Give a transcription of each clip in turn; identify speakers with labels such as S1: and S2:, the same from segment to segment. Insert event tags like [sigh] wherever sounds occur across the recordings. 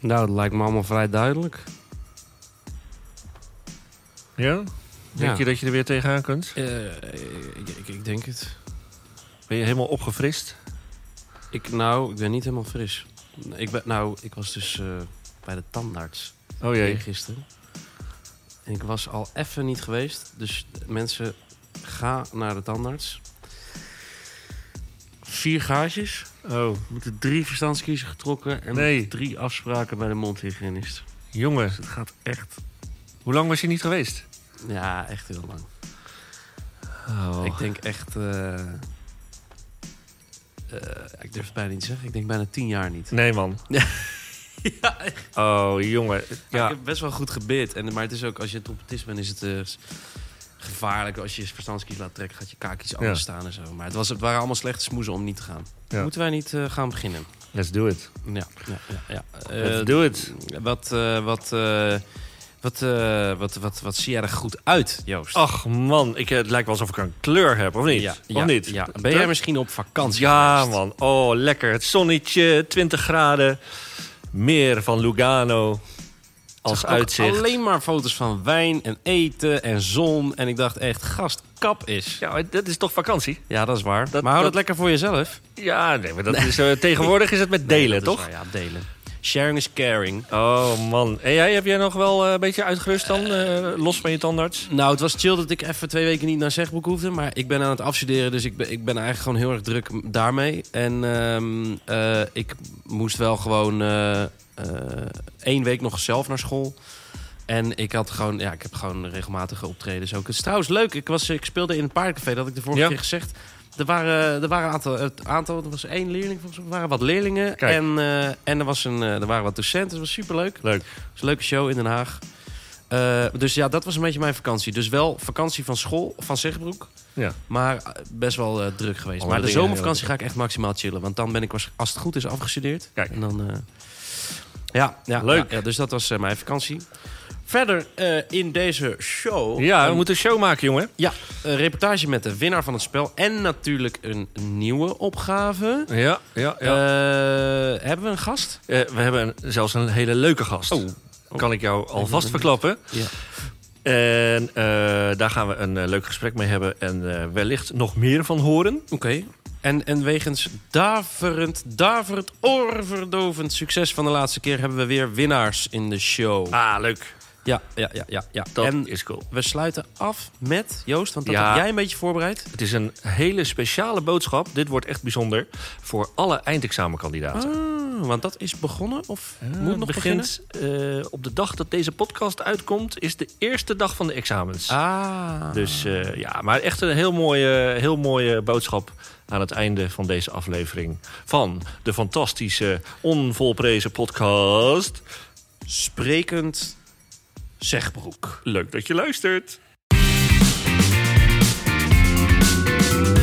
S1: Nou, dat lijkt me allemaal vrij duidelijk.
S2: Ja? Denk
S1: Ja. Eh,
S2: je dat je er weer tegenaan kunt?
S1: ik, ik- ik denk het.
S2: Ben je helemaal opgefrist?
S1: Ik, nou, ik ben niet helemaal fris. Ik ben, nou, ik was dus eh, bij de tandarts
S2: Oh jee.
S1: gisteren. En ik was al even niet geweest. Dus mensen, ga naar de tandarts. Vier gaasjes.
S2: Oh,
S1: Er moeten drie verstandskiezen getrokken. En
S2: Nee.
S1: drie afspraken bij de mondhygiënist.
S2: jongen, het gaat echt. Hoe lang was je niet geweest?
S1: Ja, echt heel lang.
S2: Oh.
S1: Ik denk echt... eh, eh, ik durf het bijna niet te zeggen. Ik denk bijna tien jaar niet.
S2: Nee, [laughs] man.
S1: Ja,
S2: Oh, jongen.
S1: Ik
S2: Ja.
S1: heb best wel goed gebit. En, maar het is ook, als je trompetist bent, is het eh, s- gevaarlijk. Als je verstandskies laat trekken, gaat je kaak iets anders
S2: Ja.
S1: staan en zo. Maar het, was, het waren allemaal slechte smoezen om niet te gaan.
S2: Ja.
S1: Moeten wij niet eh, gaan beginnen?
S2: Let's do it.
S1: Ja, ja, ja. ja. Eh,
S2: Let's do it.
S1: wat, eh, wat, eh, wat, eh, wat, wat, wat zie jij er goed uit, Joost?
S2: Ach, man. Ik, eh, het lijkt wel alsof ik een kleur heb, of niet?
S1: ja,
S2: of
S1: ja,
S2: niet?
S1: ja. Ben jij misschien op vakantie
S2: Ja,
S1: geweest?
S2: man. Oh, lekker. Het zonnetje, 20 graden. Meer van Lugano als
S1: Zag ook
S2: uitzicht.
S1: Alleen maar foto's van wijn en eten en zon. En ik dacht echt, gast, kap is.
S2: Ja, maar dat is toch vakantie?
S1: Ja, dat is waar.
S2: Dat-
S1: maar hou dat
S2: dat-
S1: lekker voor jezelf.
S2: Ja, nee, maar dat is, eh, tegenwoordig is het met delen,
S1: Nee, dat
S2: toch?
S1: is waar, ja, delen. Sharing is caring.
S2: Oh man. En jij, heb jij nog wel eh, een beetje uitgerust dan? eh, los van je tandarts?
S1: Nou, het was chill dat ik even twee weken niet naar Zegboek hoefde. Maar ik ben aan het afstuderen, dus ik ben, ik ben eigenlijk gewoon heel erg druk m- daarmee. En ehm, eh, ik moest wel gewoon eh, eh, één week nog zelf naar school. En ik had gewoon, ja, ik heb gewoon regelmatige optredens ook. Het is trouwens leuk, ik, was, ik speelde in een paardencafé, dat had ik de vorige
S2: Ja.
S1: keer gezegd. Er waren, er waren een aantal, het aantal, er was één leerling volgens mij, er waren wat leerlingen.
S2: Kijk.
S1: En, eh, en er, was een, eh, er waren wat docenten, het was superleuk.
S2: Leuk.
S1: Het is een leuke show in Den Haag. Eh, dus ja, dat was een beetje mijn vakantie. Dus wel vakantie van school, van Zegbroek.
S2: Ja.
S1: Maar eh, best wel eh, druk geweest.
S2: Alle
S1: maar de
S2: dingen,
S1: zomervakantie ga ik echt maximaal chillen. Want dan ben ik, waarsch- als het goed is, afgestudeerd.
S2: Kijk.
S1: En dan, eh, ja, ja,
S2: Leuk.
S1: Ja, ja, dus dat was eh, mijn vakantie. Verder eh, in deze show...
S2: Ja, we
S1: een-
S2: moeten een show maken, jongen.
S1: ja, een reportage met de winnaar van het spel. En natuurlijk een nieuwe opgave.
S2: Ja, ja,
S1: Eh, hebben we een gast?
S2: we hebben een- zelfs een hele leuke gast.
S1: Oh.
S2: Kan ik jou alvast verklappen.
S1: Ja.
S2: En eh, daar gaan we een eh, leuk gesprek mee hebben. En eh, wellicht nog meer van horen.
S1: Oké. En, en wegens daverend, daverend, oorverdovend succes van de laatste keer... hebben we weer winnaars in de show.
S2: Ah, leuk.
S1: Ja, ja, ja, ja. ja.
S2: Dat
S1: en
S2: is cool.
S1: we sluiten af met, Joost, want dat
S2: Ja.
S1: heb jij een beetje voorbereid.
S2: Het is een hele speciale boodschap. Dit wordt echt bijzonder. Voor alle eindexamenkandidaten.
S1: Ah, want dat is begonnen of
S2: Ja,
S1: moet
S2: het
S1: nog beginnen?
S2: begint eh, op de dag dat deze podcast uitkomt, is de eerste dag van de examens.
S1: Ah.
S2: Dus eh, ja, maar echt een heel mooie, heel mooie boodschap aan het einde van deze aflevering van de fantastische, onvolprezen podcast.
S1: Sprekend Zegbroek.
S2: Leuk dat je luistert. Hmm. Nou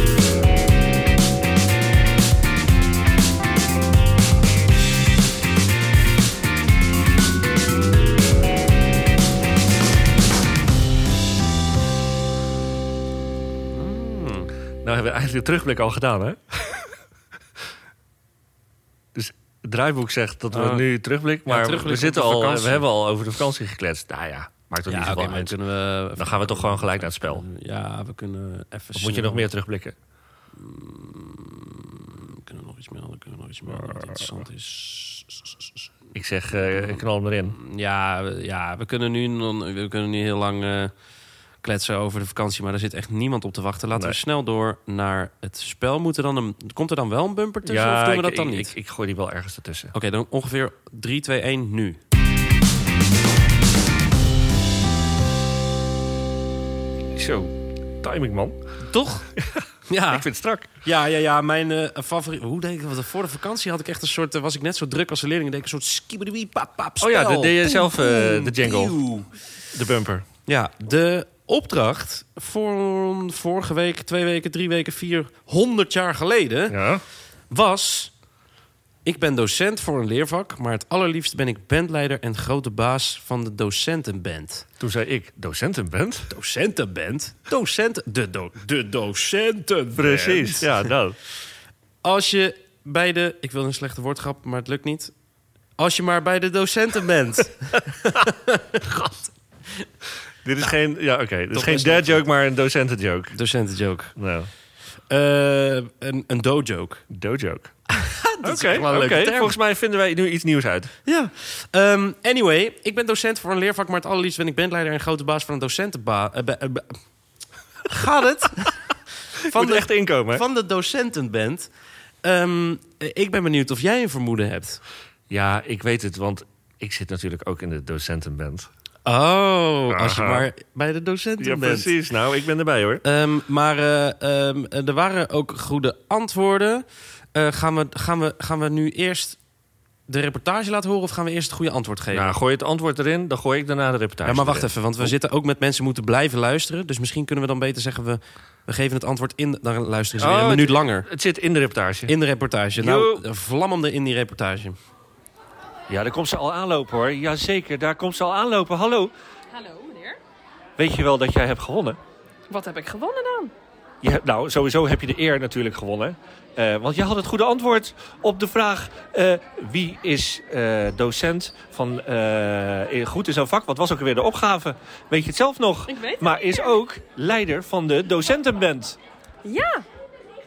S2: Nou hebben we eigenlijk de terugblik al gedaan, hè? [laughs] dus het draaiboek zegt dat we
S1: Oh.
S2: nu terugblik, maar
S1: terugblik
S2: we
S1: op
S2: zitten
S1: de
S2: al,
S1: vakantie.
S2: we hebben al over de vakantie gekletst. Nou ja, maakt toch niet
S1: Ja, oké,
S2: zoveel
S1: maar dan
S2: uit.
S1: kunnen we...
S2: Dan gaan we toch gewoon gelijk naar het spel.
S1: Ja, we kunnen even...
S2: Of moet je
S1: snel-
S2: nog meer terugblikken?
S1: We kunnen nog iets melden, kunnen nog iets melden wat interessant is.
S2: Ik zeg, eh, ik knal hem erin.
S1: Ja, we- ja we, kunnen nu, non- we kunnen nu heel lang eh, kletsen over de vakantie, maar daar zit echt niemand op te wachten. Laten we
S2: Nee.
S1: snel door naar het spel. Moet er dan een, komt er dan wel een bumper tussen Dus of doen we
S2: ik-
S1: dat dan
S2: ik,
S1: niet?
S2: Ik, ik gooi die wel ergens ertussen.
S1: Oké, dan ongeveer 3, 2, 1, nu.
S2: Zo, timing man. [laughs]
S1: Toch? Ja,
S2: Ik vind het strak.
S1: ja, ja, ja. Mijn eh favoriet. Hoe denk ik? Want voor de vakantie had ik echt een soort. eh, was ik net zo druk als de leerling. Deed ik een soort skibberdewie, pap, pap.
S2: Oh ja,
S1: spel.
S2: dat deed je
S1: Poem,
S2: zelf, eh,
S1: poem,
S2: de jingle.
S1: pieuw.
S2: De bumper.
S1: Ja, de opdracht voor vorige week, twee weken, drie weken, vier, honderd jaar geleden
S2: Ja.
S1: was... Ik ben docent voor een leervak, maar het allerliefst ben ik bandleider en grote baas van de docentenband.
S2: Toen zei ik docenten bent.
S1: Docentenband? Docent, de, do, de docentenband.
S2: Precies. Ja, nou.
S1: Als je bij de... Ik wil een slechte woordgrap, maar het lukt niet. Als je maar bij de docenten bent. [laughs]
S2: Dit is geen, ja, oké. Dit is
S1: Nou, Toch
S2: geen
S1: is
S2: dad joke, maar een docenten joke.
S1: docenten joke.
S2: Nou,
S1: Eh, een, een do-joke.
S2: do joke. Oké,
S1: Ah, echt wel een leuke
S2: oké.
S1: term.
S2: volgens mij vinden wij nu iets nieuws uit.
S1: Ja. Ehm, anyway, ik ben docent voor een leervak, maar het allerliefst ben ik bandleider en grote baas van een docentenba... eh, be- eh, be- Gaat het?
S2: Van
S1: [laughs] van,
S2: Moet er
S1: de,
S2: echt inkomen. hè?
S1: van de docentenband. Ehm, eh, ik ben benieuwd of jij een vermoeden hebt.
S2: Ja, ik weet het, want ik zit natuurlijk ook in de docentenband.
S1: Oh, als je
S2: Aha.
S1: maar bij de docenten
S2: Ja,
S1: bent.
S2: precies. Nou, ik ben erbij hoor.
S1: Ehm, maar eh, ehm, er waren ook goede antwoorden. Eh, gaan, we, gaan, we, gaan we nu eerst de reportage laten horen of gaan we eerst het goede antwoord geven?
S2: Nou, gooi het antwoord erin, dan gooi ik daarna de reportage.
S1: ja, maar wacht
S2: erin.
S1: even, want we zitten ook met mensen moeten blijven luisteren. Dus misschien kunnen we dan beter zeggen, we, we geven het antwoord in... Dan luisteren ze weer
S2: Oh,
S1: een
S2: het-
S1: minuut langer.
S2: Het zit in de reportage.
S1: In de reportage.
S2: Yo.
S1: Nou, de vlammende in die reportage.
S2: Ja, daar komt ze al aanlopen hoor. Jazeker, daar komt ze al aanlopen. Hallo,
S3: Hallo meneer.
S2: weet je wel dat jij hebt gewonnen?
S3: Wat heb ik gewonnen dan?
S2: Je hebt- nou, sowieso heb je de eer natuurlijk gewonnen. Eh, want je had het goede antwoord op de vraag... eh, wie is eh, docent van eh, goed in zijn vak? Wat was ook weer de opgave? Weet je het zelf nog?
S3: Ik weet het
S2: maar
S3: niet
S2: is
S3: meer.
S2: ook leider van de docentenband.
S3: Ja,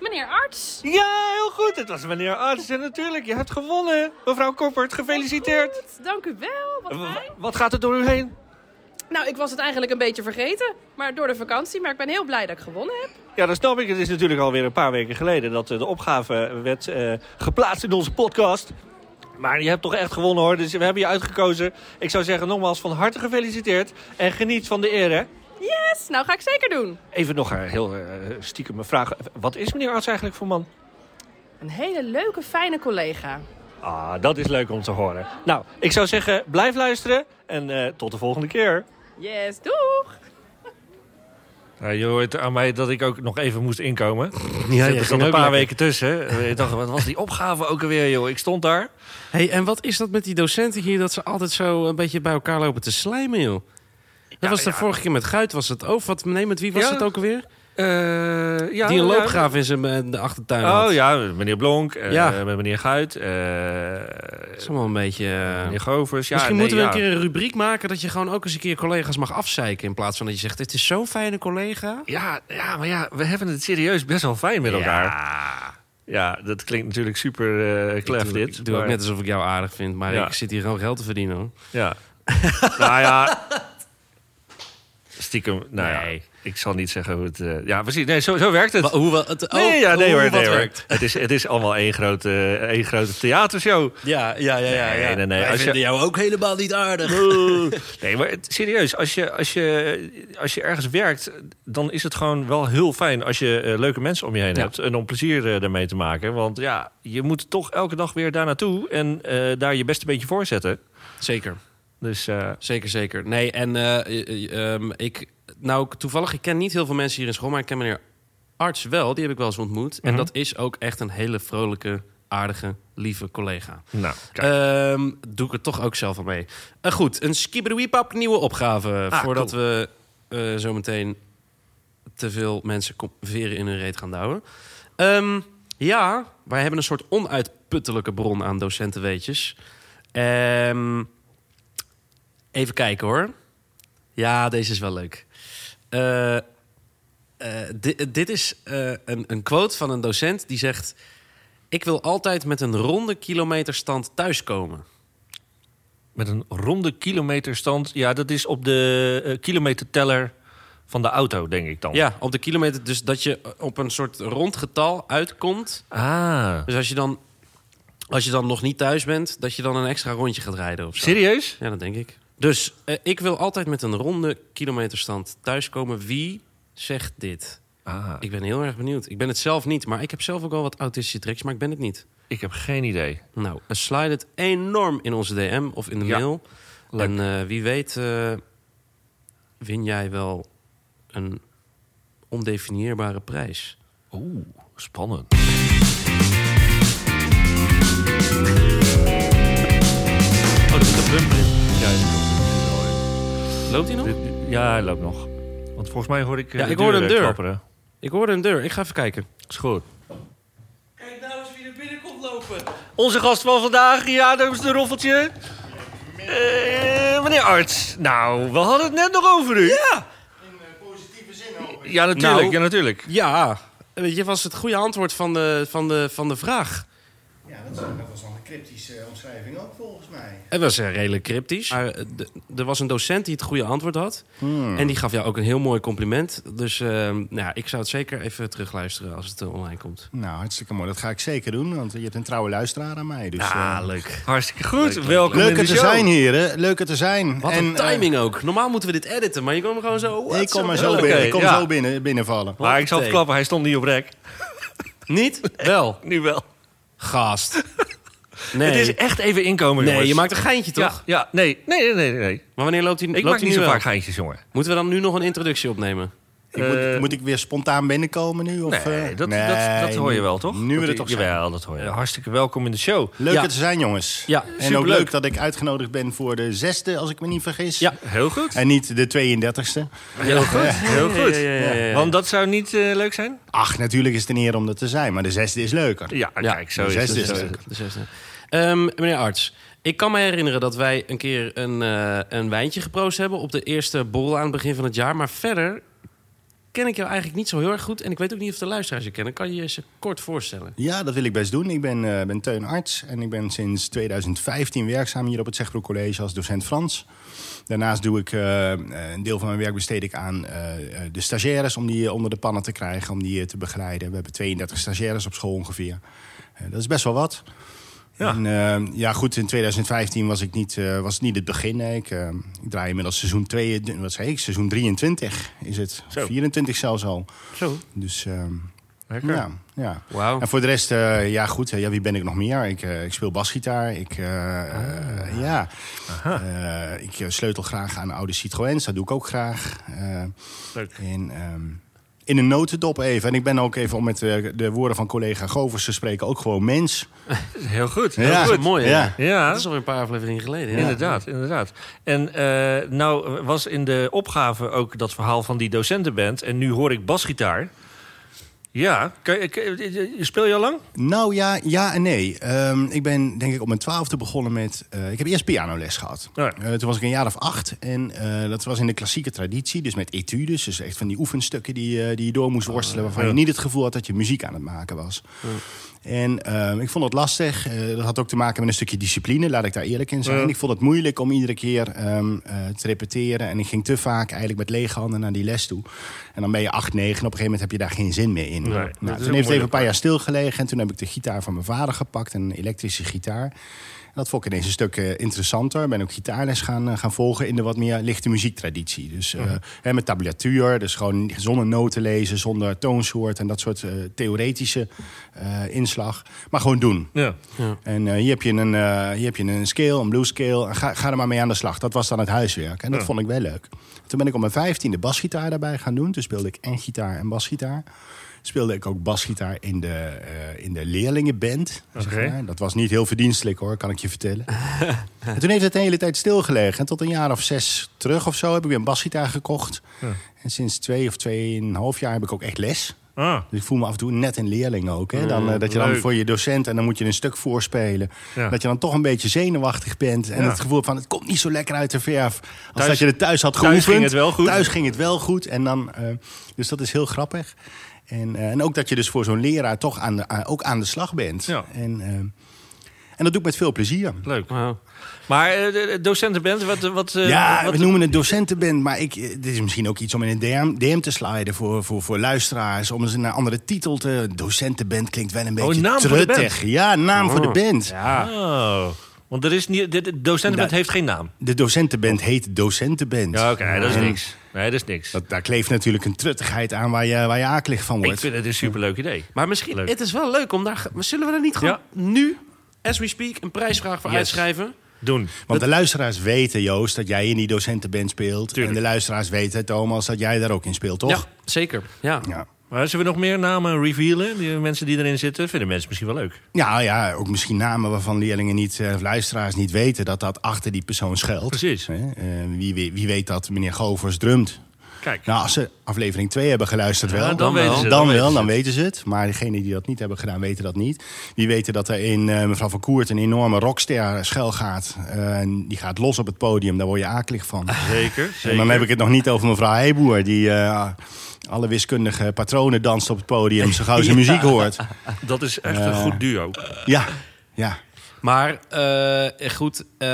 S3: meneer arts.
S2: Ja, heel goed. Het was meneer Arts. En natuurlijk, je hebt gewonnen. Mevrouw Koppert, gefeliciteerd.
S3: Goed, dank u wel. Wat
S2: W-
S3: fijn.
S2: Wat gaat er door u heen?
S3: Nou, ik was het eigenlijk een beetje vergeten, maar door de vakantie. Maar ik ben heel blij dat ik gewonnen heb.
S2: Ja, dat snap ik. Het is natuurlijk alweer een paar weken geleden dat eh, de opgave werd eh, geplaatst in onze podcast. Maar je hebt toch echt gewonnen hoor. Dus we hebben je uitgekozen. Ik zou zeggen nogmaals van harte gefeliciteerd. En geniet van de eer hè.
S3: Yes, nou ga ik zeker doen.
S2: Even nog een heel eh, stiekem een vraag. Wat is meneer Arts eigenlijk voor man?
S3: Een hele leuke, fijne collega.
S2: Ah, dat is leuk om te horen. Nou, ik zou zeggen blijf luisteren. En eh, tot de volgende keer.
S3: Yes, doeg.
S2: Nou, je hoort aan mij dat ik ook nog even moest inkomen.
S1: Ja,
S2: er zat een paar weken tussen. Eh, Ik dacht, wat was die opgave ook alweer, joh? Ik stond daar.
S1: Hey, en wat is dat met die docenten hier dat ze altijd zo een beetje bij elkaar lopen te slijmen, joh? Dat was de
S2: ja.
S1: vorige keer met Guit, was het ook. Wat, nee, met wie was
S2: Ja.
S1: het ook alweer?
S2: Eh, ja,
S1: die een loopgraaf in zijn eh, de achtertuin had.
S2: Oh ja, meneer Blonk, eh,
S1: Ja.
S2: met meneer Guit, eh,
S1: Dat is allemaal een beetje... eh,
S2: meneer Govers. Ja,
S1: Misschien
S2: nee,
S1: moeten we
S2: ja.
S1: een keer een rubriek maken dat je gewoon ook eens een keer collega's mag afzeiken. In plaats van dat je zegt, dit is zo'n fijne collega.
S2: Ja, ja, maar ja, we hebben het serieus best wel fijn met elkaar. Ja, dat klinkt natuurlijk super eh klef
S1: ik doe,
S2: dit.
S1: ik doe ook
S2: maar-
S1: net alsof ik jou aardig vind, maar
S2: Ja.
S1: ik zit hier gewoon geld te verdienen, hoor. [laughs]
S2: Ja. nou ja. Stiekem, nou ja,
S1: Nee.
S2: ik zal niet zeggen hoe het... eh, ja, precies. Nee, zo, zo werkt het.
S1: Wa- hoe wel- het- oh,
S2: Nee, ja,
S1: hoe-
S2: nee
S1: hoe
S2: hoor,
S1: wat
S2: nee hoor.
S1: werkt.
S2: Het is, het is allemaal één grote, één grote theatershow.
S1: Ja, ja, ja, ja. ja.
S2: Nee, nee, nee,
S1: Wij
S2: als je-
S1: vinden jou ook helemaal niet aardig.
S2: [laughs] Nee, maar het- serieus, als je, als, je, als je ergens werkt, dan is het gewoon wel heel fijn als je eh, leuke mensen om je heen
S1: Ja.
S2: hebt. En om plezier eh, daarmee te maken. Want ja, je moet toch elke dag weer daar naartoe en eh, daar je best een beetje voor zetten.
S1: Zeker.
S2: Dus eh,
S1: Zeker, zeker. Nee, en eh, eh, eh, ehm, ik, nou ik- toevallig, ik ken niet heel veel mensen hier in school, maar ik ken meneer Arts wel, die heb ik wel eens ontmoet. En
S2: Mhm.
S1: dat is ook echt een hele vrolijke, aardige, lieve collega.
S2: nou, kijk.
S1: Ehm, doe ik er toch ook zelf aan mee. Eh, goed, een skibberwiepap nieuwe opgave.
S2: Ah,
S1: voordat we eh zometeen te veel mensen kom- veren in hun reet gaan douwen. Ehm, ja, wij hebben een soort onuitputtelijke bron aan docentenweetjes. Ehm, even kijken hoor. Ja, deze is wel leuk. Eh, eh, di- eh, dit is eh, een, een quote van een docent die zegt... Ik wil altijd met een ronde kilometerstand thuiskomen.
S2: Met een ronde kilometerstand. Ja, dat is op de eh, kilometerteller van de auto, denk ik dan.
S1: Ja, op de kilometer. Dus dat je op een soort rond getal uitkomt.
S2: Ah,
S1: Dus als je dan, als je dan nog niet thuis bent, dat je dan een extra rondje gaat rijden of zo.
S2: serieus?
S1: Ja, dat denk ik. Dus eh, ik wil altijd met een ronde kilometerstand thuiskomen. Wie zegt dit?
S2: Ah, ik,
S1: Ik ben heel erg benieuwd. Ik ben het zelf niet, maar ik heb zelf ook wel wat autistische tricks, maar ik ben het niet.
S2: ik heb geen idee.
S1: Nou, eh, slide het enorm in onze DM of in de
S2: Ja,
S1: mail.
S2: leuk.
S1: En eh, wie weet eh, win jij wel een ondefinieerbare prijs.
S2: Oeh, spannend. Oh, dat is de bumper. Ja, die komt
S1: Loopt hij nog?
S2: er wel in. ja, hij loopt nog. Want volgens mij hoor ik. eh,
S1: Ja,
S2: de
S1: ik hoor een
S2: deuren
S1: deur.
S2: klapperen.
S1: Ik hoorde een deur. Ik ga even kijken.
S2: Is goed.
S1: Kijk nou eens wie er binnenkomt lopen.
S2: Onze gast van vandaag, ja, dat is de roffeltje. Eh, meneer Arts, nou, we hadden het net nog over u. Ja, ja natuurlijk,
S1: Nou.
S2: ja, natuurlijk.
S1: Ja, weet je, was het goede antwoord van de, van de, van de vraag.
S4: Ja, dat, is- dat was dan een cryptische eh, omschrijving ook volgens mij.
S1: Het was eh, redelijk cryptisch. Maar eh, d- er was een docent die het goede antwoord had. En die gaf jou ook een heel mooi compliment. Dus eh, nou, ja, ik zou het zeker even terugluisteren als het eh, online komt.
S4: Nou, hartstikke mooi. Dat ga ik zeker doen, want je hebt een trouwe luisteraar aan mij. Dus, eh,
S1: Ah, leuk.
S2: Hartstikke goed, welkom in
S4: Leuk
S2: de
S4: het te
S2: show.
S4: zijn, heren. Leuk het te zijn.
S1: Wat een
S4: eh,
S1: timing ook. Normaal moeten we dit editen, maar je komt gewoon zo...
S4: ik kom maar zo
S2: Oké,
S4: binnen. Ik kom
S2: ja.
S4: zo binnen, binnenvallen.
S2: Maar ik zal
S1: Hoppatee.
S2: verklappen, hij stond niet op rek.
S1: [laughs] Niet? Wel.
S2: [laughs] Nu wel.
S1: Gast. Nee,
S2: Het is echt even inkomen,
S1: nee
S2: jongens.
S1: je maakt een geintje, toch?
S2: Ja, ja nee, nee, nee, nee, nee.
S1: Maar wanneer loopt hij
S2: Ik
S1: loopt
S2: maak
S1: hij
S2: niet
S1: nu
S2: zo
S1: wel?
S2: vaak geintjes, jongen.
S1: Moeten we dan nu nog een introductie opnemen?
S4: Ik moet, moet ik weer spontaan binnenkomen nu? Of,
S2: Eh, Nee,
S4: eh?
S2: dat,
S4: Nee,
S2: dat, dat hoor je wel, toch?
S4: Nu we
S2: Dat-
S4: het toch zijn.
S2: Jawel, dat hoor je. Hartstikke welkom in de show.
S4: Leuk
S1: Ja.
S4: het te zijn, jongens.
S1: Ja,
S4: en ook
S1: superleuk.
S4: leuk dat ik uitgenodigd ben voor de zesde, als ik me niet vergis.
S1: Ja.
S2: Heel goed.
S4: En niet de 32e.
S1: Heel goed.
S2: Heel goed.
S1: Ja, ja, ja, ja, ja.
S2: Want dat zou niet eh, leuk zijn?
S4: Ach, natuurlijk is het een eer om dat te zijn, maar de zesde is leuker.
S2: Ja,
S1: Ja,
S2: kijk, zo is
S4: de
S1: Dat
S4: zesde
S1: Dus is
S2: het.
S4: is
S1: de
S4: leuk.
S1: zesde, de zesde. Ehm, meneer Arts, ik kan me herinneren dat wij een keer een, eh, een wijntje geproost hebben op de eerste borrel aan het begin van het jaar. Maar verder ken ik jou eigenlijk niet zo heel erg goed. En ik weet ook niet of de luisteraars je kennen. Kan je je eens kort voorstellen?
S4: Ja, dat wil ik best doen. Ik ben, eh, ben Teun Arts en ik ben sinds 2015 werkzaam hier op het Zegbroek College als docent Frans. Daarnaast doe ik eh, een deel van mijn werk besteed ik aan eh, de stagiaires om die eh, onder de pannen te krijgen, om die eh, te begeleiden. We hebben 32 stagiaires op school ongeveer. Eh, dat is best wel wat.
S2: Ja.
S4: En, eh, ja, goed, in 2015 was, ik niet, eh, was het niet het begin. nee. Ik, eh, ik draai inmiddels seizoen, twee, eh, wat zei ik, seizoen 23 is het.
S2: Zo.
S4: 24 zelfs al.
S1: Zo.
S4: Dus ehm,
S2: Lekker.
S4: ja, ja.
S1: Wauw.
S4: En voor de rest, eh, ja goed, eh, ja, wie ben ik nog meer? Ik, eh, ik speel basgitaar, ik, eh,
S1: Ah.
S4: eh, ja. Eh, ik eh, sleutel graag aan oude Citroëns, dat doe ik ook graag. Eh,
S2: Leuk.
S4: in, ehm, in een notendop even. En ik ben ook even, om met eh, de woorden van collega Govers te spreken, ook gewoon mens.
S2: Heel goed. Heel
S4: Ja.
S1: Dat is
S2: goed.
S1: wel mooi, hè?
S4: Ja.
S2: Ja,
S1: Dat is alweer een paar afleveringen geleden. hè?
S2: inderdaad, inderdaad. En eh, nou was in de opgave ook dat verhaal van die docentenband. En nu hoor ik basgitaar. Ja, kan je- kan je- speel je al lang?
S4: Nou ja, ja en nee. Ehm, ik ben denk ik op mijn twaalfde begonnen met... eh, ik heb eerst pianoles gehad.
S2: Ja.
S4: Eh, toen was ik een jaar of acht. En eh, dat was in de klassieke traditie. Dus met etudes. Dus echt van die oefenstukken die, eh, die je door moest worstelen. Waarvan je niet het gevoel had dat je muziek aan het maken was. En ehm, ik vond het lastig. Eh, dat had ook te maken met een stukje discipline. Laat ik daar eerlijk in zijn.
S2: Ja.
S4: Ik vond het moeilijk om iedere keer ehm, eh, te repeteren. En ik ging te vaak eigenlijk met lege handen naar die les toe. En dan ben je acht, negen. En op een gegeven moment heb je daar geen zin meer in.
S2: Nee,
S4: nou,
S2: dat is ook
S4: toen heeft het
S2: moeilijk.
S4: even een paar jaar stilgelegen. En toen heb ik de gitaar van mijn vader gepakt, een elektrische gitaar. En dat vond ik ineens een stuk eh, interessanter. Ik ben ook gitaarles gaan, eh, gaan volgen in de wat meer lichte muziektraditie. Dus eh, hè, met tablatuur, dus gewoon zonder noten lezen, zonder toonsoort en dat soort eh, theoretische eh, inslag. Maar gewoon doen.
S2: Ja.
S4: En eh, hier, heb je een, eh, hier heb je een scale, een blues scale. En Ga, ga er maar mee aan de slag. Dat was dan het huiswerk. En dat
S2: Ja.
S4: vond ik wel leuk. Toen ben ik op mijn vijftiende basgitaar daarbij gaan doen. Toen speelde ik en gitaar en basgitaar. Speelde ik ook basgitaar in de, eh, in de leerlingenband. zeg
S2: Oké.
S4: maar. Dat was niet heel verdienstelijk hoor, kan ik je
S2: [laughs]
S4: vertellen. en toen heeft het de hele tijd stilgelegen. En tot een jaar of zes terug of zo heb ik weer een basgitaar gekocht.
S2: Ja.
S4: En sinds twee of tweeënhalf jaar heb ik ook echt les.
S2: Ah,
S4: Dus ik voel me af en toe net een leerling ook. Hè? Dan, eh, dat je dan
S2: Mm, leuk.
S4: voor je docent en dan moet je een stuk voorspelen.
S2: Ja.
S4: Dat je dan toch een beetje zenuwachtig bent. En
S2: Ja.
S4: het gevoel hebt van het komt niet zo lekker uit de verf. Als
S2: Thuis-
S4: dat je het thuis had
S2: thuis
S4: geoefend.
S2: ging het wel goed.
S4: Thuis ging het wel goed. En dan, eh, dus dat is heel grappig. En, eh, en ook dat je dus voor zo'n leraar toch aan de, aan- ook aan de slag bent.
S2: Ja.
S4: En, eh, en dat doe ik met veel plezier.
S2: leuk.
S1: Wauw.
S2: Maar eh, de- de docentenband, wat... wat eh,
S4: Ja,
S2: wat,
S4: we noemen het docentenband, maar ik, eh, dit is misschien ook iets om in een DM, DM te sliden voor, voor, voor luisteraars. Om eens een andere titel te. Docentenband klinkt wel een beetje
S2: Oh, naam voor de
S4: truttig. Ja, naam voor de band.
S2: Oh, want er is niet, de, de docentenband
S4: Nou,
S2: heeft geen naam.
S4: De docentenband heet Docentenband.
S2: Ja, oké, dat is
S4: En
S2: niks. Nee, dat is niks.
S4: Dat, daar kleeft natuurlijk een truttigheid aan waar je, waar je akelig van
S2: ik
S4: wordt.
S2: vind het een superleuk idee.
S1: Maar misschien,
S2: Leuk.
S1: het is wel leuk om daar... ge- maar Zullen we er niet gewoon nu, as we speak, een prijsvraag voor
S2: Yes.
S1: uitschrijven?
S2: Doen.
S4: Want de luisteraars weten, Joost, dat jij in die docentenband speelt.
S2: Tuurlijk.
S4: En de luisteraars weten, Thomas, dat jij daar ook in speelt, toch?
S1: Ja, zeker. Ja.
S4: Ja.
S2: Maar zullen we nog meer namen revealen? Die mensen die erin zitten, vinden mensen misschien wel leuk.
S4: Ja, ja, ook misschien namen waarvan leerlingen niet, eh, of luisteraars niet weten dat dat achter die persoon schuilt.
S2: Precies.
S4: Hè? Eh, wie, wie, wie weet dat meneer Govers drumt.
S2: Kijk.
S4: Nou, als ze aflevering 2 hebben geluisterd wel.
S1: Ja, dan weten ze
S4: Dan,
S1: het,
S4: dan
S1: dan
S4: wel,
S1: weten
S4: dan weten ze het. Maar degenen die dat niet hebben gedaan, weten dat niet. Die weten dat er in eh, mevrouw van Koert een enorme rockster schuil gaat. Eh, en die gaat los op het podium, daar word je akelig
S1: Ah,
S4: van.
S2: Zeker, zeker.
S4: En dan heb ik het nog niet over mevrouw Heijboer... die eh, alle wiskundige patronen danst op het podium...
S1: [laughs]
S4: zo gauw ze muziek hoort.
S2: Dat is echt een goed duo.
S4: Ja, ja.
S1: Maar eh, goed, eh,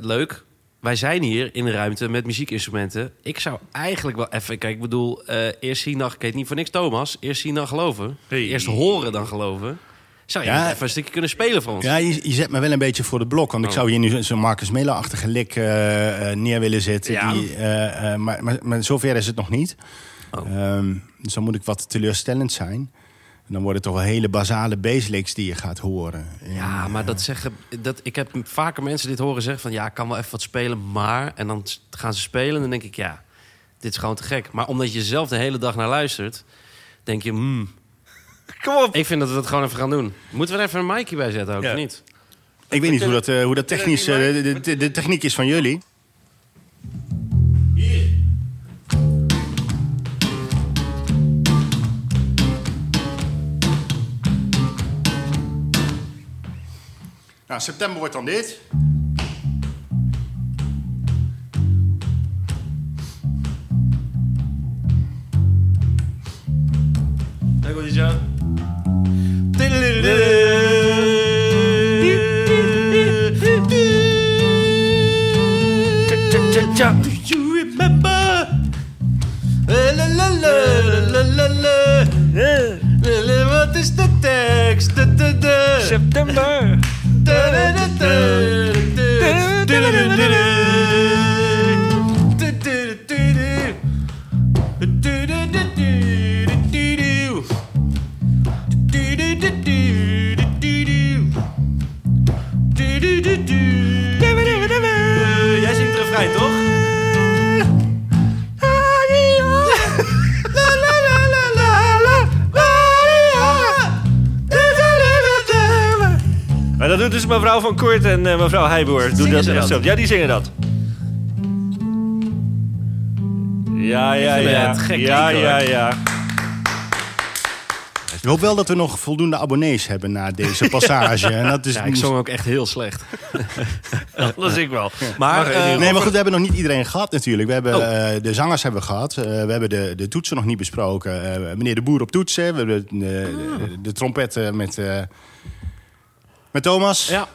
S1: leuk. Wij zijn hier in de ruimte met muziekinstrumenten. Ik zou eigenlijk wel even... Kijk, ik bedoel, eh, eerst zien dan... Ik heet niet voor niks Thomas. Eerst zien dan geloven.
S2: Hey.
S1: Eerst horen dan geloven. Zou je
S4: Ja.
S1: niet even een stukje kunnen spelen voor ons? Oh.
S4: Ja, je, je zet me wel een beetje voor de blok. Want ik zou hier nu zo- zo'n Marcus Mela-achtige lik eh, eh, neer willen zetten.
S1: Ja.
S4: Die, eh, eh, maar, maar, maar zover is het nog niet.
S1: Oh.
S4: Ehm, dus dan moet ik wat teleurstellend zijn. En dan worden het toch wel hele basale baselicks die je gaat horen. En,
S1: Ja, maar dat zeggen. Dat, ik heb vaker mensen dit horen zeggen van ja, ik kan wel even wat spelen, maar. En dan s- gaan ze spelen en dan denk ik ja, dit is gewoon te gek. Maar omdat je zelf de hele dag naar luistert, denk je, hmm,
S2: [laughs] Kom op.
S1: ik vind dat we dat gewoon even gaan doen. Moeten we er even een micje bij zetten ook,
S2: Ja.
S1: of niet?
S4: Ik weet niet hoe dat, eh, hoe dat technisch, eh, de, de- de, de techniek is van jullie. Nou, september wordt dan dit.
S1: Wat is de tekst?
S2: September.
S1: Jij zingt er vrij, toch?
S2: Maar dat doet dus mevrouw van Koort en eh, mevrouw Heijboer. Doen
S1: Zingen
S2: dat
S1: ze
S2: echt
S1: dat?
S2: zo. Ja, die zingen dat. Ja, ja,
S1: vind
S2: ja.
S1: het gek
S2: Ja,
S1: klinken,
S2: ja,
S1: hoor.
S2: ja.
S4: Ik hoop wel dat we nog voldoende abonnees hebben na deze passage. [laughs] En dat is
S1: Ja, ik zong ook echt heel
S2: [laughs]
S1: slecht.
S2: Dat zie ik wel.
S1: Maar,
S2: Mag ik
S1: eh,
S4: Nee, maar goed, we hebben nog niet iedereen gehad natuurlijk. We hebben
S1: Oh.
S4: eh, de zangers hebben we gehad. Eh, we hebben de, de toetsen nog niet besproken. Eh, meneer de Boer op toetsen. We hebben de, de, de trompet eh, met, eh, met Thomas.
S1: Ja.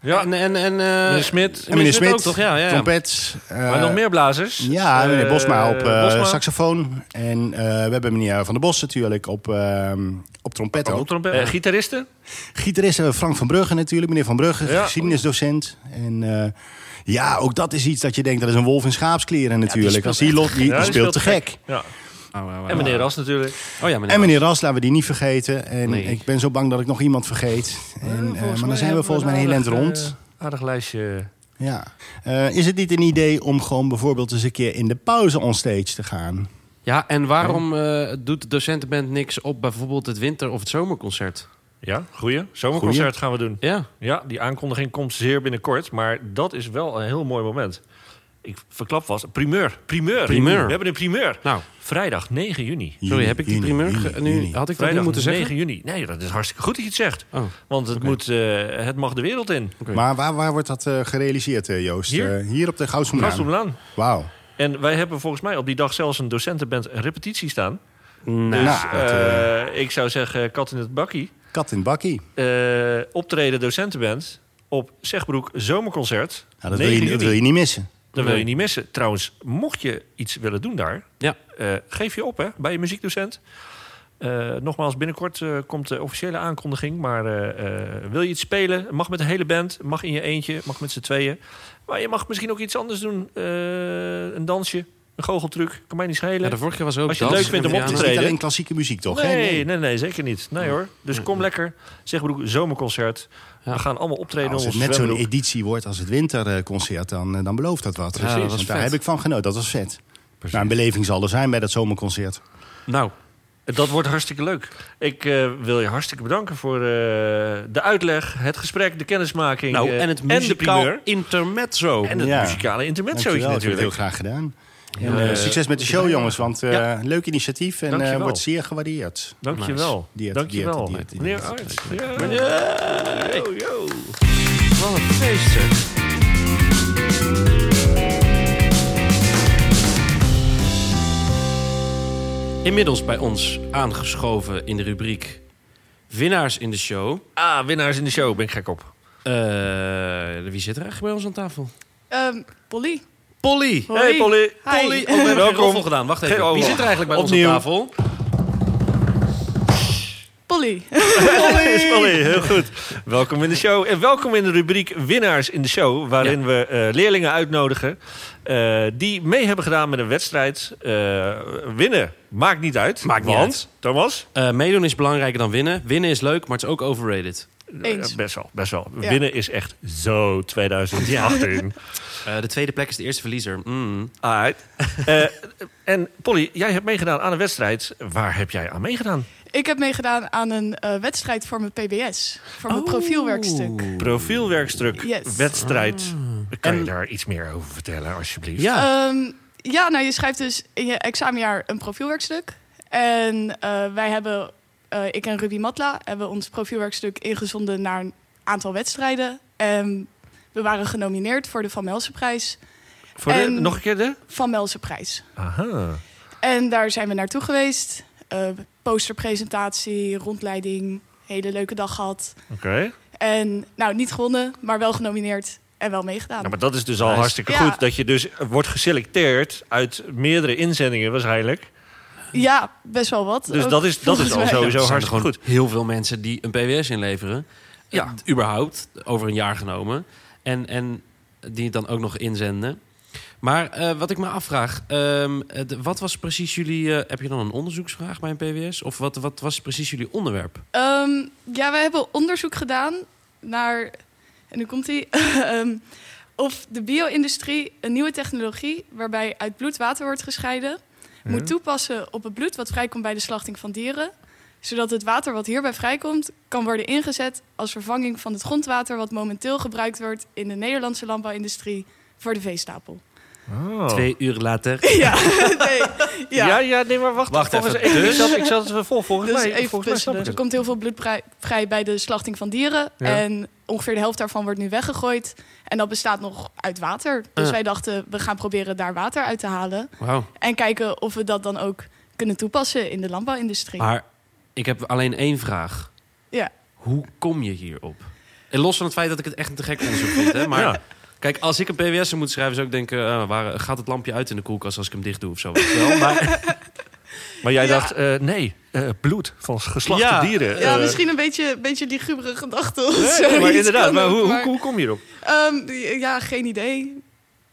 S1: ja. En, en, en, eh,
S2: Meneer Smit.
S4: En meneer Smit,
S1: ook, toch? Ja, ja, ja.
S4: trompet. eh,
S2: Maar nog meer blazers?
S4: Ja,
S2: Eh,
S4: meneer Bosma op eh,
S2: Bosma.
S4: saxofoon. En eh, we hebben meneer Van der Bos natuurlijk op, eh, op trompet
S2: Oh,
S4: ook.
S2: trompet. Eh, gitaristen?
S4: Gitarist hebben we Frank van Brugge natuurlijk. Meneer Van Brugge,
S2: Ja.
S4: geschiedenisdocent. En eh, ja, ook dat is iets dat je denkt, dat is een wolf in schaapskleren natuurlijk.
S1: speelt
S4: Als die lot, die,
S2: Ja,
S4: die
S2: die
S4: speelt te gek.
S2: Ja.
S1: Oh, oh, oh.
S2: En meneer Ras natuurlijk.
S1: Oh ja, meneer.
S4: En meneer Ras, laten we die niet vergeten. En
S1: Nee.
S4: ik ben zo bang dat ik nog iemand vergeet. En, eh,
S2: Volgens mij
S4: maar dan zijn we
S2: hebben
S4: volgens mij
S2: een
S4: heel eind
S2: aardig,
S4: rond.
S2: eh, aardig lijstje.
S4: Ja. Eh, is het niet een idee om gewoon bijvoorbeeld eens een keer in de pauze onstage te gaan?
S1: Ja, en waarom eh, doet de docentenband niks op bijvoorbeeld het winter- of het zomerconcert?
S2: Ja, goeie. Zomerconcert
S4: Goeie.
S2: gaan we doen.
S1: Ja.
S2: Ja, die aankondiging komt zeer binnenkort. Maar dat is wel een heel mooi moment. Ik verklap was, primeur. Primeur.
S1: Primeur.
S2: We hebben een primeur.
S1: Nou,
S2: Vrijdag 9 juni.
S1: sorry, heb ik die
S4: Juni,
S1: primeur?
S4: juni,
S1: ge- nu Oh,
S4: juni.
S1: had ik dat
S2: Vrijdag
S1: niet moeten
S2: 9
S1: zeggen.
S2: juni. Nee, dat is hartstikke goed dat je het zegt.
S1: Oh.
S2: Want het, moet, eh, het mag de wereld in.
S1: Oké.
S4: Maar waar, waar wordt dat eh, gerealiseerd, eh, Joost?
S2: Hier?
S4: Eh, hier op de Goudsmoelaan.
S2: Gasthoemelaan.
S4: Wauw.
S2: En wij hebben volgens mij op die dag zelfs een docentenband een repetitie staan.
S1: Nou,
S2: Dus
S4: Nou, dat, eh,
S2: eh, ik zou zeggen, kat in het bakkie.
S4: Kat in het bakkie.
S2: Eh, optreden docentenband op Zegbroek Zomerconcert.
S4: Nou, dat, wil je,
S2: 9
S4: dat
S2: juni.
S4: wil je niet missen.
S2: Dat wil je
S1: Nee.
S2: niet missen. Trouwens, mocht je iets willen doen daar,
S1: Ja.
S2: eh, geef je op hè, bij je muziekdocent. Eh, nogmaals, binnenkort eh, komt de officiële aankondiging. Maar eh, eh, wil je iets spelen? Mag met de hele band, mag in je eentje, mag met z'n tweeën. Maar je mag misschien ook iets anders doen. Eh, een dansje, een goocheltruc, kan mij niet
S1: ja,
S2: schelen.
S1: de vorige keer was ook
S2: Als je het
S1: dans.
S2: leuk vindt om op te
S4: Het
S1: Piano.
S4: is niet
S2: treden.
S4: alleen klassieke muziek, toch? hè?
S2: nee, nee, nee, zeker niet. Nee hoor. Dus kom lekker. Zeg broek, zomerconcert.
S1: Ja.
S2: We gaan allemaal optreden
S4: Nou, Als
S2: onder
S4: het
S2: onze
S4: net zo'n
S2: zwembroek.
S4: editie wordt als het winterconcert, dan, eh, dan belooft dat wat.
S1: dat was
S4: Want daar
S1: vet.
S4: heb ik van genoten. Dat was vet. Nou, een beleving zal er zijn bij dat zomerconcert.
S1: Nou,
S2: Dat wordt hartstikke leuk. Ik eh, wil je hartstikke bedanken voor eh, de uitleg, het gesprek, de kennismaking
S1: nou
S2: eh,
S1: en het
S2: en de
S1: muzikaal
S2: primeur.
S1: intermezzo.
S2: En het
S4: Ja.
S2: muzikale intermezzootje
S4: Dankjewel, ik heb het heel
S2: natuurlijk.
S4: graag gedaan. En,
S1: Ja.
S4: eh, succes met de show, jongens. Want eh, leuk initiatief en eh
S2: Dankjewel.
S4: wordt zeer gewaardeerd.
S2: Dankjewel.
S4: Nice.
S2: Dankjewel.
S4: Dieet, dieet, dieet,
S2: Meneer
S4: dieet.
S2: Arts. Ja. Yo, yo. Wat een feest, zeg.
S1: Inmiddels bij ons aangeschoven in de rubriek winnaars in de show.
S2: Ah, winnaars in de show. Ben ik gek op.
S1: Eh, wie zit er eigenlijk bij ons aan tafel?
S5: Ehm Polly.
S1: Polly.
S5: Hoi.
S2: Hey, Polly.
S5: Hi.
S1: Polly. Oh, we hebben geen
S2: Welkom.
S1: roffel gedaan. Wacht
S2: Geen
S1: even. Wie
S2: roffel.
S1: zit er eigenlijk bij
S2: Opnieuw.
S1: ons aan tafel?
S5: Polly. [laughs]
S2: [laughs] Polly. heel goed. Welkom in de show. En welkom in de rubriek Winnaars in de Show. Waarin we eh, leerlingen uitnodigen eh, die mee hebben gedaan met een wedstrijd. Eh, winnen maakt niet uit.
S1: Maakt niet
S2: want,
S1: uit.
S2: Thomas?
S1: Eh, meedoen is belangrijker dan winnen. Winnen is leuk, maar het is ook overrated.
S5: Eens.
S2: Eh, Best wel, best wel.
S5: Ja.
S2: Winnen is echt zo 2018.
S1: Eh, de tweede plek is de eerste verliezer. Mm.
S2: [laughs] Alright. Eh, en Polly, jij hebt meegedaan aan een wedstrijd. Waar heb jij aan meegedaan?
S5: Ik heb meegedaan aan een eh, wedstrijd voor mijn PBS. Voor mijn
S1: Oh.
S5: profielwerkstuk.
S2: Profielwerkstuk,
S5: Yes.
S2: wedstrijd. Kan
S1: Ah.
S2: je
S1: En-
S2: daar iets meer over vertellen, alsjeblieft?
S1: Ja.
S5: Ehm, ja, nou je schrijft dus in je examenjaar een profielwerkstuk. En eh, wij hebben, eh, ik en Ruby Matla, hebben ons profielwerkstuk ingezonden naar een aantal wedstrijden. En we waren genomineerd voor de Van Melsenprijs.
S2: Voor de,
S5: en-
S2: Nog een keer de?
S5: Van Melsenprijs.
S2: Aha.
S5: En daar zijn we naartoe geweest. Eh, posterpresentatie, rondleiding, hele leuke dag gehad.
S2: Oké.
S5: En nou, niet gewonnen, maar wel genomineerd en wel meegedaan.
S2: Nou, maar dat is dus al
S1: Nice.
S2: hartstikke
S5: Ja.
S2: goed. Dat je dus wordt geselecteerd uit meerdere inzendingen waarschijnlijk.
S5: Ja, best wel wat.
S2: Dus
S5: ook,
S2: dat is, dat is
S5: volgens
S2: al
S5: mij.
S2: sowieso
S1: Er zijn
S2: hartstikke
S1: gewoon
S2: goed.
S1: heel veel mensen die een PWS inleveren.
S2: Ja.
S1: Eh, Überhaupt, over een jaar genomen. En, en die het dan ook nog inzenden. Maar eh, wat ik me afvraag, ehm, eh, de- wat was precies jullie... eh, heb je dan een onderzoeksvraag bij een PWS? Of wat, wat was precies jullie onderwerp?
S5: Ehm, ja, wij hebben onderzoek gedaan naar. En nu komt [laughs] hij. of de bio-industrie een nieuwe technologie waarbij uit bloed water wordt gescheiden,
S2: Mhm.
S5: moet toepassen op het bloed wat vrijkomt bij de slachting van dieren, zodat het water wat hierbij vrijkomt kan worden ingezet als vervanging van het grondwater wat momenteel gebruikt wordt in de Nederlandse landbouwindustrie voor de
S2: [laughs]
S5: veestapel.
S2: Oh.
S1: Twee uur later.
S5: Ja, [laughs] nee,
S2: Ja. ja, nee, maar wacht.
S1: Wacht
S2: volgens,
S1: even.
S2: Ik, ik
S1: Dus-
S2: zat, ik zat het vol, volgens
S5: Dus
S2: mij.
S5: even
S2: volgens mij snap
S5: tussen.
S2: ik
S5: Er
S2: het.
S5: komt heel veel bloed pri- vrij bij de slachting van dieren.
S2: Ja.
S5: En ongeveer de helft daarvan wordt nu weggegooid. En dat bestaat nog uit water. Dus
S1: Ja.
S5: wij dachten, we gaan proberen daar water uit te halen.
S1: Wauw.
S5: En kijken of we dat dan ook kunnen toepassen in de landbouwindustrie.
S1: Maar ik heb alleen één vraag.
S5: Ja.
S1: Hoe kom je hierop? En los van het feit dat ik het echt een te gek onderzoek vind.
S2: [laughs]
S1: Hè, maar
S2: Ja.
S1: kijk, als ik een PWS moet schrijven, zou ik denken... eh, waar gaat het lampje uit in de koelkast als ik hem dicht doe of
S2: [laughs]
S1: zo? weet je wel? Maar
S5: [laughs]
S2: Maar jij
S5: Ja.
S2: dacht, eh, nee, eh, bloed van geslachte
S1: Ja.
S2: dieren.
S5: ja,
S2: eh,
S5: misschien een beetje, beetje lugubere gedachten. of
S2: hè?
S5: [laughs] zoiets
S2: maar inderdaad,
S5: kan
S2: maar
S5: ook,
S2: hoe, hoe,
S5: maar,
S2: hoe kom je erop?
S5: ehm, ja, geen idee.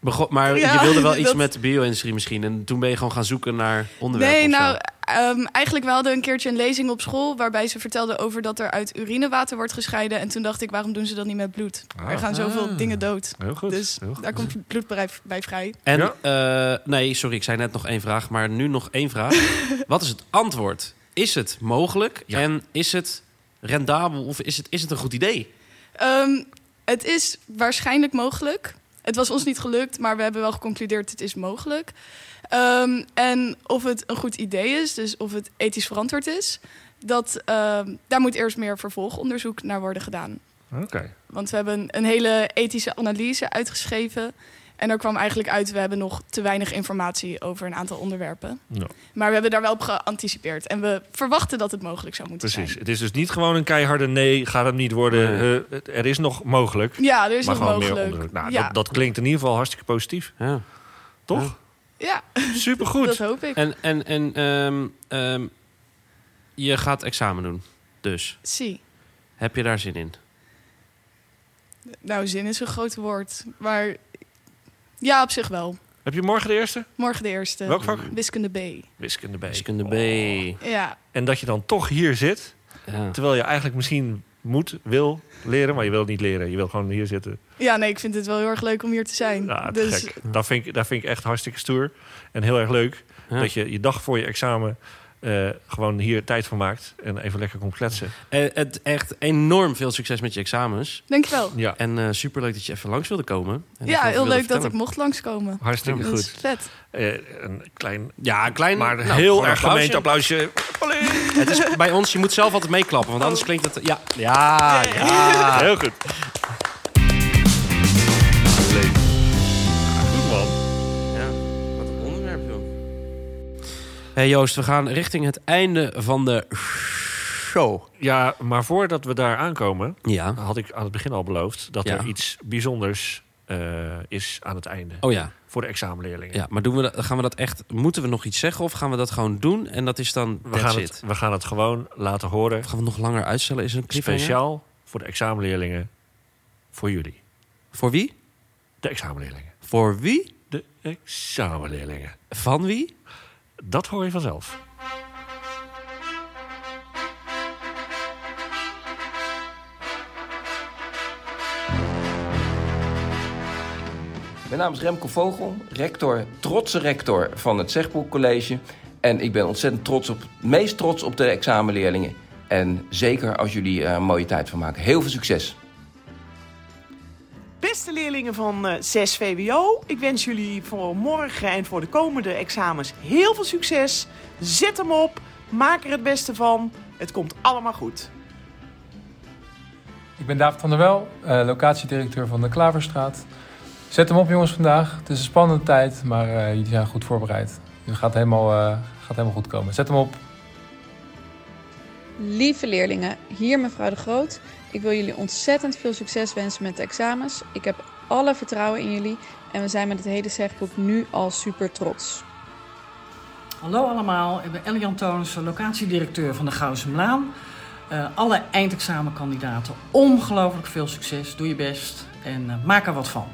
S1: begon, maar je
S5: Ja,
S1: wilde
S5: [laughs]
S1: wel iets
S5: dat-
S1: met de bio-industrie misschien. En toen ben je gewoon gaan zoeken naar onderwerpen
S5: Nee,
S1: of zo.
S5: nou, ehm, eigenlijk we hadden een keertje een lezing op school... waarbij ze vertelden over dat er uit urinewater wordt gescheiden. En toen dacht ik, waarom doen ze dat niet met bloed? er gaan zoveel
S1: Ah.
S5: dingen dood.
S2: Heel goed.
S5: Dus
S2: heel goed.
S5: daar komt bloed bij- bij vrij.
S1: En, eh, nee, sorry, ik zei net nog één vraag. Maar nu nog één
S5: [laughs]
S1: vraag. Wat is het antwoord? Is het mogelijk?
S2: Ja.
S1: En is het rendabel? Of is het, is het een goed idee?
S5: Ehm, het is waarschijnlijk mogelijk. Het was ons niet gelukt, maar we hebben wel geconcludeerd het is mogelijk. Ehm, en of het een goed idee is, dus of het ethisch verantwoord is, dat, ehm, daar moet eerst meer vervolgonderzoek naar worden gedaan.
S2: Oké.
S5: Want we hebben een hele ethische analyse uitgeschreven. En er kwam eigenlijk uit, we hebben nog te weinig informatie over een aantal onderwerpen.
S2: Nou,
S5: Maar we hebben daar wel op geanticipeerd. En we verwachten dat het mogelijk zou moeten
S2: precies.
S5: zijn.
S2: Het is dus niet gewoon een keiharde nee, gaat hem niet worden.
S1: Nee.
S2: eh, het- er is nog mogelijk.
S5: Ja, er is
S2: maar
S5: nog
S2: gewoon meer
S5: mogelijk.
S2: onderzoek. Nou,
S5: ja.
S2: dat, dat klinkt in ieder geval hartstikke positief,
S1: Ja.
S2: toch?
S5: ja, dat
S2: Supergoed.
S5: hoop ik.
S1: En, en, en ehm, ehm, je gaat examen doen. Dus
S5: Zie.
S1: heb je daar zin in?
S5: Nou, zin is een groot woord. Maar ja, op zich wel.
S2: Heb je morgen de eerste?
S5: Morgen de eerste.
S2: Welk vak?
S5: Wiskunde B.
S2: Mm. Wiskunde B.
S1: Wiskunde B.
S2: Oh.
S5: Ja,
S2: En dat je dan toch hier zit,
S1: Ja.
S2: terwijl je eigenlijk misschien moet, wil leren, maar je wil niet leren. Je wil gewoon hier zitten.
S5: ja nee, ik vind het wel heel erg leuk om hier te zijn.
S2: Ja, te
S5: dus
S2: gek. Dat vind, ik, dat vind ik echt hartstikke stoer en heel erg leuk.
S1: Ja.
S2: Dat je je dag voor je examen eh, eh, gewoon hier tijd voor maakt en even lekker komt kletsen.
S1: Eh, het, echt enorm veel succes met je examens.
S5: Dankjewel.
S2: Ja,
S1: En eh super leuk dat je even langs wilde komen. En
S5: Ja,
S1: even
S5: heel
S1: wilde
S5: leuk dat ik
S1: vertellen.
S5: mocht langskomen.
S2: hartstikke
S5: Dat is
S2: goed.
S5: vet.
S2: Eh, een klein,
S1: Ja, een klein,
S2: maar
S1: nou, gewoon
S2: heel
S1: een
S2: erg gemeend
S1: applausje.
S2: applausje. Allee.
S1: Het is bij ons, je moet zelf altijd meeklappen, want anders klinkt het... Ja, ja, ja.
S2: Heel goed. Allee. Ja, Goed man.
S1: Ja, wat een onderwerp, joh. Hey Joost, we gaan richting het einde van de show.
S2: Ja, maar voordat we daar aankomen,
S1: Ja.
S2: had ik aan het begin al beloofd dat
S1: Ja.
S2: er iets bijzonders eh, is aan het einde
S1: Oh ja,
S2: voor de examenleerlingen.
S1: ja. maar doen we dat, gaan we dat echt... Moeten we nog iets zeggen of gaan we dat gewoon doen? En dat is dan
S2: We, gaan het, we gaan het gewoon laten horen.
S1: Gaan we het nog langer uitstellen? Is er een cliffhanger?
S2: Speciaal voor de examenleerlingen. Voor jullie.
S1: Voor wie?
S2: De examenleerlingen.
S1: Voor wie?
S2: De examenleerlingen.
S1: Van wie?
S2: Dat hoor je vanzelf.
S6: Mijn naam is Remco Vogel, rector, trotse rector van het Zegboek College. En ik ben ontzettend trots op, meest trots op de examenleerlingen. En zeker als jullie er een mooie tijd van maken. Heel veel succes!
S7: Beste leerlingen van eh, 6 VWO, ik wens jullie voor morgen en voor de komende examens heel veel succes. Zet hem op, maak er het beste van. Het komt allemaal goed.
S8: Ik ben David van der Wel, eh, locatiedirecteur van de Klaverstraat. Zet hem op jongens vandaag. Het is een spannende tijd, maar eh, jullie zijn goed voorbereid. Het gaat helemaal, eh, gaat helemaal goed komen. Zet hem op.
S9: Lieve leerlingen, hier mevrouw De Groot. Ik wil jullie ontzettend veel succes wensen met de examens. Ik heb alle vertrouwen in jullie en we zijn met het hele zegboek nu al super trots.
S10: Hallo allemaal, ik ben Ellie Antonissen, locatiedirecteur van de Gousemlaan. Eh alle eindexamenkandidaten, ongelooflijk veel succes. Doe je best en eh, maak er wat van.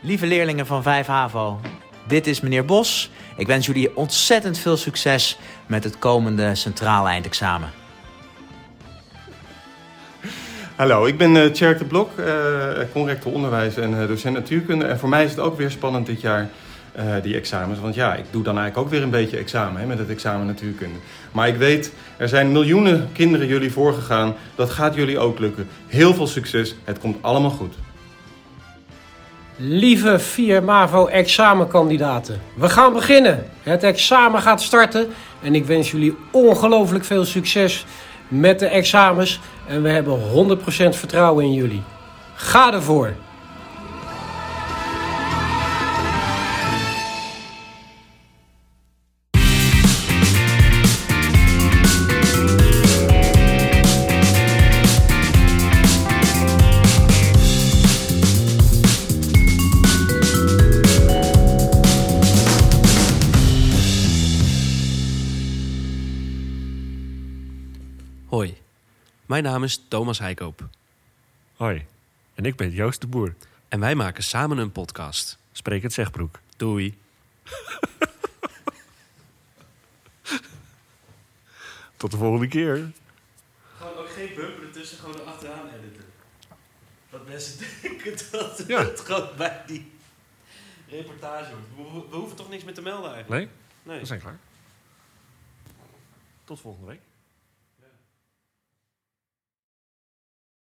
S11: Lieve leerlingen van 5 HAVO, dit is meneer Bos. Ik wens jullie ontzettend veel succes met het komende centraal eindexamen.
S12: Hallo, ik ben eh Tjerk de Blok, eh conrector onderwijs en eh, docent natuurkunde. En voor mij is het ook weer spannend dit jaar, eh, die examens. Want ja, ik doe dan eigenlijk ook weer een beetje examen hè, met het examen natuurkunde. Maar ik weet, er zijn miljoenen kinderen jullie voorgegaan. Dat gaat jullie ook lukken. Heel veel succes, het komt allemaal goed.
S13: Lieve 4 MAVO-examenkandidaten, we gaan beginnen. Het examen gaat starten en ik wens jullie ongelooflijk veel succes met de examens. En we hebben 100% vertrouwen in jullie. Ga ervoor!
S1: Hoi, mijn naam is Thomas Heikoop.
S2: Hoi. En ik ben Joost de Boer.
S1: En wij maken samen een podcast.
S2: Spreek het Zegbroek.
S1: Doei.
S2: Tot de volgende keer.
S1: Gewoon ook geen bumper ertussen, gewoon erachteraan editen. Dat mensen [laughs] denken dat
S2: Ja.
S1: het gewoon bij die reportage hoort. We, ho- we hoeven toch niks meer te melden eigenlijk?
S2: Nee,
S1: Nee.
S2: we zijn klaar. Tot volgende week.